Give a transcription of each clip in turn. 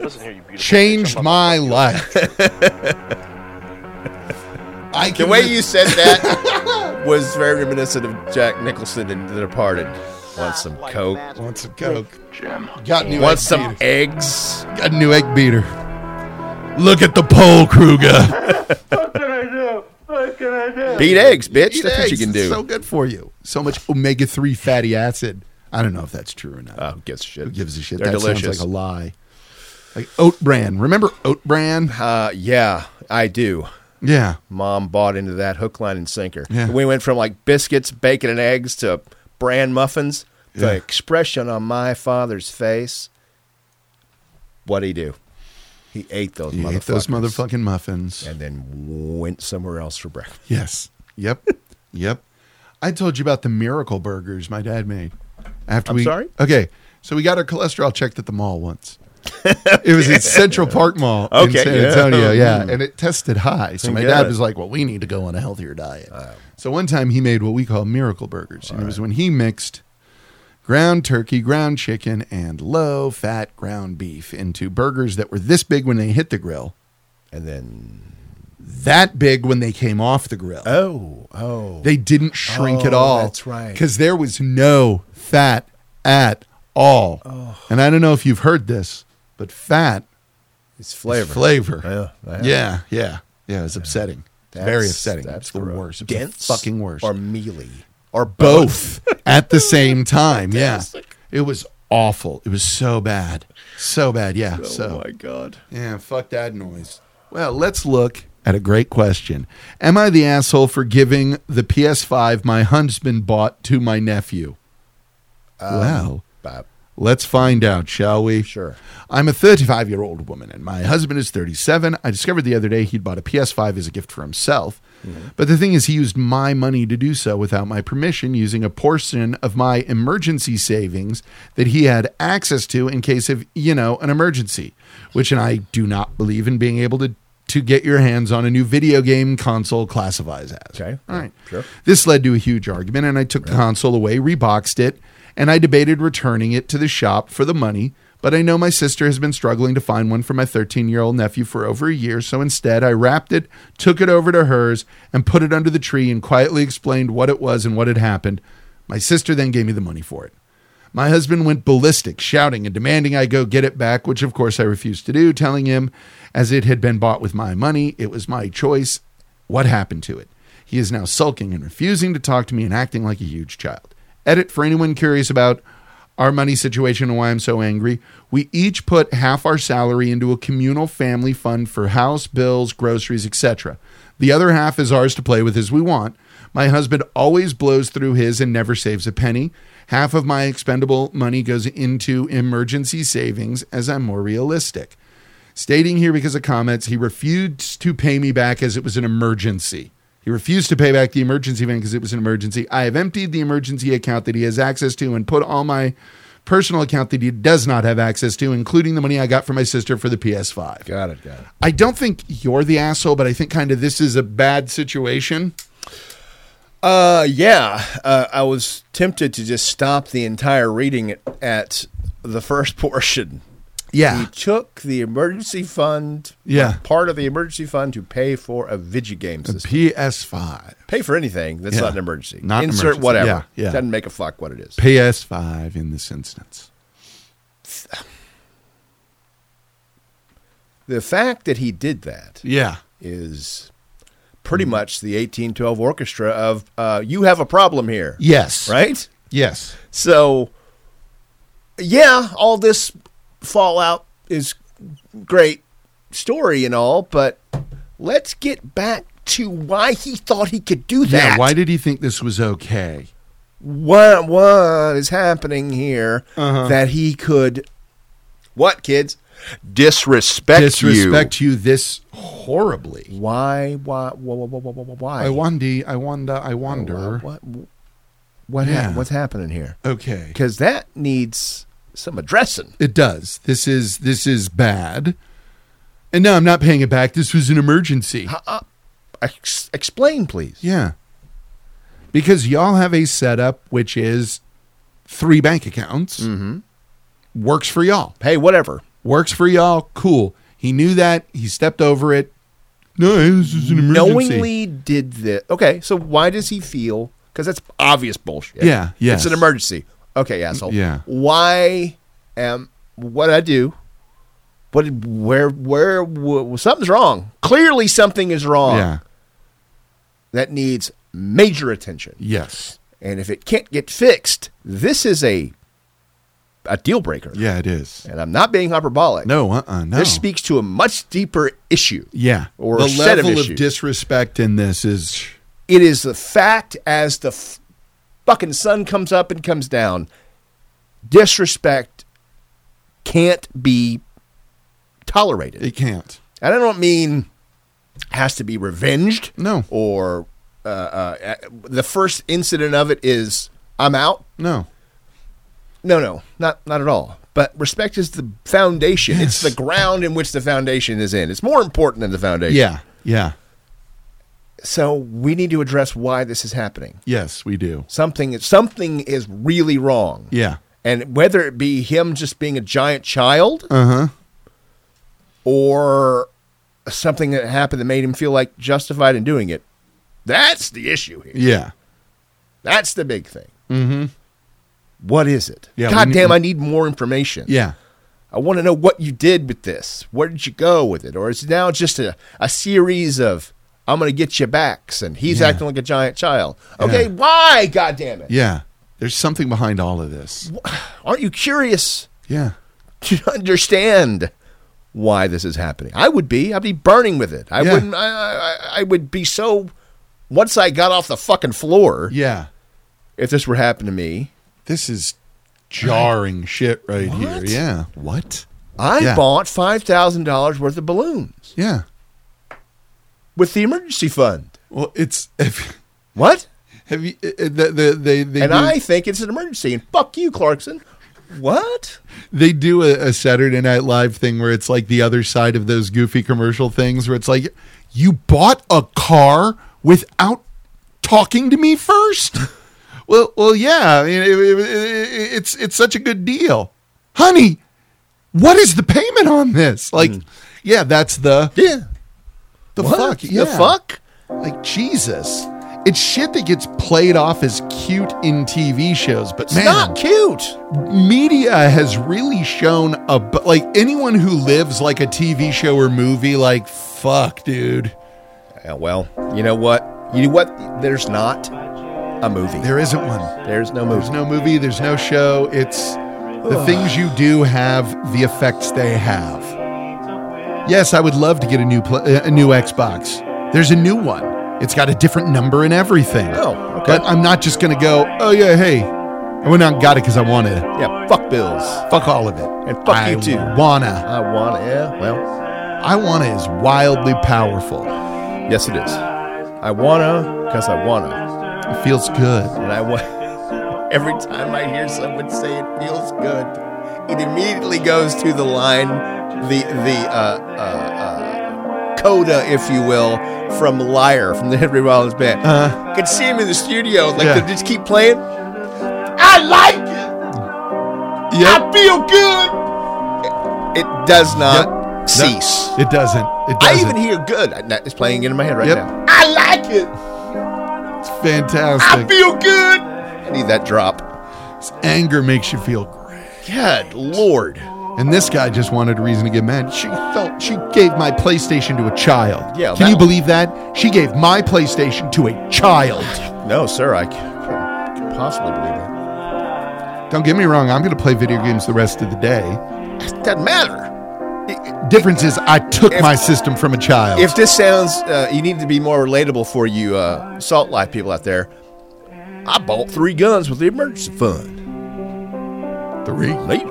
listen here, you beautiful. bitch. changed I'm my about life. I The can way you said that was very reminiscent of Jack Nicholson in The Departed. Want some coke? want some coke. to fuck Jim. Got new egg Want some beater. eggs? Got new egg beater. Look at the pole, Kruger. What can I do? What can I do? Eat eggs, bitch. Eat That's what you eggs. can It's do. so good for you. So much omega three fatty acid. I don't know if that's true or not. oh, who gives a shit? Who gives a shit? They're that delicious. sounds like a lie. Like oat bran. Remember oat bran? uh, yeah, I do. Yeah. Mom bought into that hook, line, and sinker. Yeah. We went from like biscuits, bacon, and eggs to bran muffins. The expression on my father's face. What'd he do? He ate those. You motherfuckers. ate those motherfucking muffins. and then went somewhere else for breakfast. Yes. Yep. yep. I told you about the miracle burgers my dad made. After I'm we sorry? Okay. So we got our cholesterol checked at the mall once. it was at Central Park Mall in Okay, San yeah. Mm. Antonio, yeah, and it tested high. So my Good. dad was like, "Well, we need to go on a healthier diet." so one time he made what we call miracle burgers, and it was when he mixed ground turkey, ground chicken, and low-fat ground beef into burgers that were this big when they hit the grill, And then that big when they came off the grill. oh oh They didn't shrink at Oh, all. that's right. Because there was no fat at all. Oh. And I don't know if you've heard this, but fat it's flavor. flavor is flavor. Yeah, yeah. yeah, yeah. Yeah, it's upsetting. It's That's- very upsetting. That's that's it's the gross. worst. It's Dense the fucking worst. or mealy or both at the same time. Yeah. It was awful. It was so bad. So bad. Yeah. so Oh god Yeah, fuck that noise. Well, let's look at a great question. Am I the asshole for giving the PS5 my husband bought to my nephew? well, Bob. let's find out, shall we? Sure. I'm a 35 year old woman, and my husband is 37. I discovered the other day he'd bought a PS5 as a gift for himself. Mm-hmm. But the thing is, he used my money to do so without my permission, using a portion of my emergency savings that he had access to in case of, you know, an emergency, which and I do not believe in being able to. To get your hands on a new video game console classifies as. Okay. All right. Sure. This led to a huge argument, and I took the console away, reboxed it, and I debated returning it to the shop for the money. But I know my sister has been struggling to find one for my 13 year old nephew for over a year, so instead I wrapped it, took it over to hers, and put it under the tree and quietly explained what it was and what had happened. My sister then gave me the money for it. My husband went ballistic, shouting and demanding I go get it back, which of course I refused to do, telling him as it had been bought with my money, it was my choice. What happened to it? He is now sulking and refusing to talk to me and acting like a huge child. Edit for anyone curious about our money situation and why I'm so angry. We each put half our salary into a communal family fund for house bills, groceries, etc. The other half is ours to play with as we want. My husband always blows through his and never saves a penny. Half of my expendable money goes into emergency savings as I'm more realistic. Stating here because of comments, he refused to pay me back as it was an emergency. He refused to pay back the emergency fund because it was an emergency. I have emptied the emergency account that he has access to and put all my personal account that he does not have access to, including the money I got from my sister for the PS5. got it got it I don't think you're the asshole, but I think kind of this is a bad situation. uh yeah uh, I was tempted to just stop the entire reading at, at the first portion Yeah. he took the emergency fund Yeah. part of the emergency fund to pay for a video game system PS5. pay for anything that's Yeah. not an emergency Not an insert emergency. whatever Yeah, yeah. doesn't make a fuck what it is PS5 in this instance. the fact that he did that Yeah. is Mm. pretty much the 1812 orchestra of uh, you have a problem here Yes. right Yes. so yeah all this fallout is great story and all but let's get back to why he thought he could do that Yeah. Why did he think this was okay? what what is happening here Uh-huh. that he could what kids disrespect, Disrespect you this horribly. you why why why why why, why? I wonder. I wonder. I wonder. What what, what hap- Yeah. what's happening here? Okay. Because that needs some addressing. It does. This is this is bad. And no, I'm not paying it back. This was an emergency. Ex- explain, please. Yeah. Because y'all have a setup which is three bank accounts. Mm-hmm. Works for y'all. Hey, whatever. Works for y'all. Cool. He knew that. He stepped over it. No, this is an emergency. knowingly did this. Okay, so why does he feel? Because that's obvious bullshit. Yeah, yes. It's an emergency. Okay, asshole. Yeah. Why am what I do? What? Where? Where? wh- something's wrong. Clearly, something is wrong Yeah. that needs major attention. Yes. And if it can't get fixed, this is a a deal breaker. Yeah, it is. And I'm not being hyperbolic. No, uh, uh no. This speaks to a much deeper issue. Yeah. or the a set of level of, issues. disrespect in this is It is the fact as the f- fucking sun comes up and comes down. Disrespect can't be tolerated. it can't. And I don't mean has to be revenged. No. Or uh, uh, uh, the first incident of it is I'm out. No. No, no, not not at all. But respect is the foundation. It's Yes. the ground in which the foundation is in. It's more important than the foundation. Yeah. Yeah. So we need to address why this is happening. Yes, we do. Something something is really wrong. Yeah. And whether it be him just being a giant child Uh huh. or something that happened that made him feel like justified in doing it, that's the issue here. Yeah. That's the big thing. Mm-hmm. is it? Yeah, we God need- damn, I need more information. Yeah. I want to know what you did with this. Where did you go with it? Or is it now just a, a series of I'm going to get you backs and he's Yeah. acting like a giant child? Okay, Yeah. why? God damn it. Yeah. There's something behind all of this. Aren't you curious Yeah. to understand why this is happening? I would be. I'd be burning with it. I Yeah. wouldn't. I, I, I would be so. Once I got off the fucking floor, Yeah. if this were happening to me, This is jarring shit right here. What? Yeah. What? I Yeah. bought five thousand dollars worth of balloons Yeah. with the emergency fund. Well, it's if What? have you uh, uh, the, the, they they and do, I think it's an emergency. And fuck you, Clarkson. What? they do a, a Saturday Night Live thing where it's like the other side of those goofy commercial things where it's like you bought a car without talking to me first. well, well, yeah, I mean, it- it- it- it's it's such a good deal, honey. What is the payment on this? Like, yeah, that's the Yeah. the What? fuck, The yeah. fuck? Like Jesus, it's shit that gets played off as cute in TV shows, but It's man, not cute. media has really shown a bu- like anyone who lives like a TV show or movie, like fuck, dude, Yeah, well, you know what? You know what? There's not a movie. there isn't one. there's no There's movie. no movie. There's no show. It's the things you do have the effects they have. Yes, I would love to get a new pl- uh, a new Xbox. There's a new one. It's got a different number and everything. Oh, okay. But I'm not just gonna go. Oh yeah, hey, I went out and got it because I wanted it. Yeah, fuck bills. Fuck all of it. And fuck I you too. Wanna. I want to, yeah, well, I wanna is wildly powerful. yes it is. I want to because I want to. It feels good. And I want, every time I hear someone say it feels good, it immediately goes to the line, the, the, uh, uh, uh, coda, if you will, from Liar, from the Henry Rollins band. Uh, could see him in the studio, like Yeah. they just keep playing. I like it. yep. I feel good. It, it does not Yep. cease. It doesn't. It I doesn't. even hear good. I- That is playing in my head right Yep. now. I like it. it's I fantastic. feel good. I need that drop. Anger makes you feel great. God, Lord. And this guy just wanted a reason to get mad. She felt she gave my PlayStation to a child. Yeah, Can that- you believe that? She gave my PlayStation to a child. No, sir, I c- couldn't couldn't possibly believe that. Don't get me wrong. I'm going to play video games the rest of the day. It doesn't matter. Difference is, I took If- my system from a child. If this sounds, uh, you need to be more relatable for you uh, salt life people out there. I bought three guns with the emergency fund. Three Later.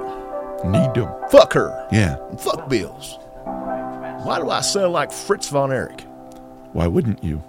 need them. Fuck her. Yeah. and fuck bills. Why do I sound like Fritz von Erich? Why wouldn't you?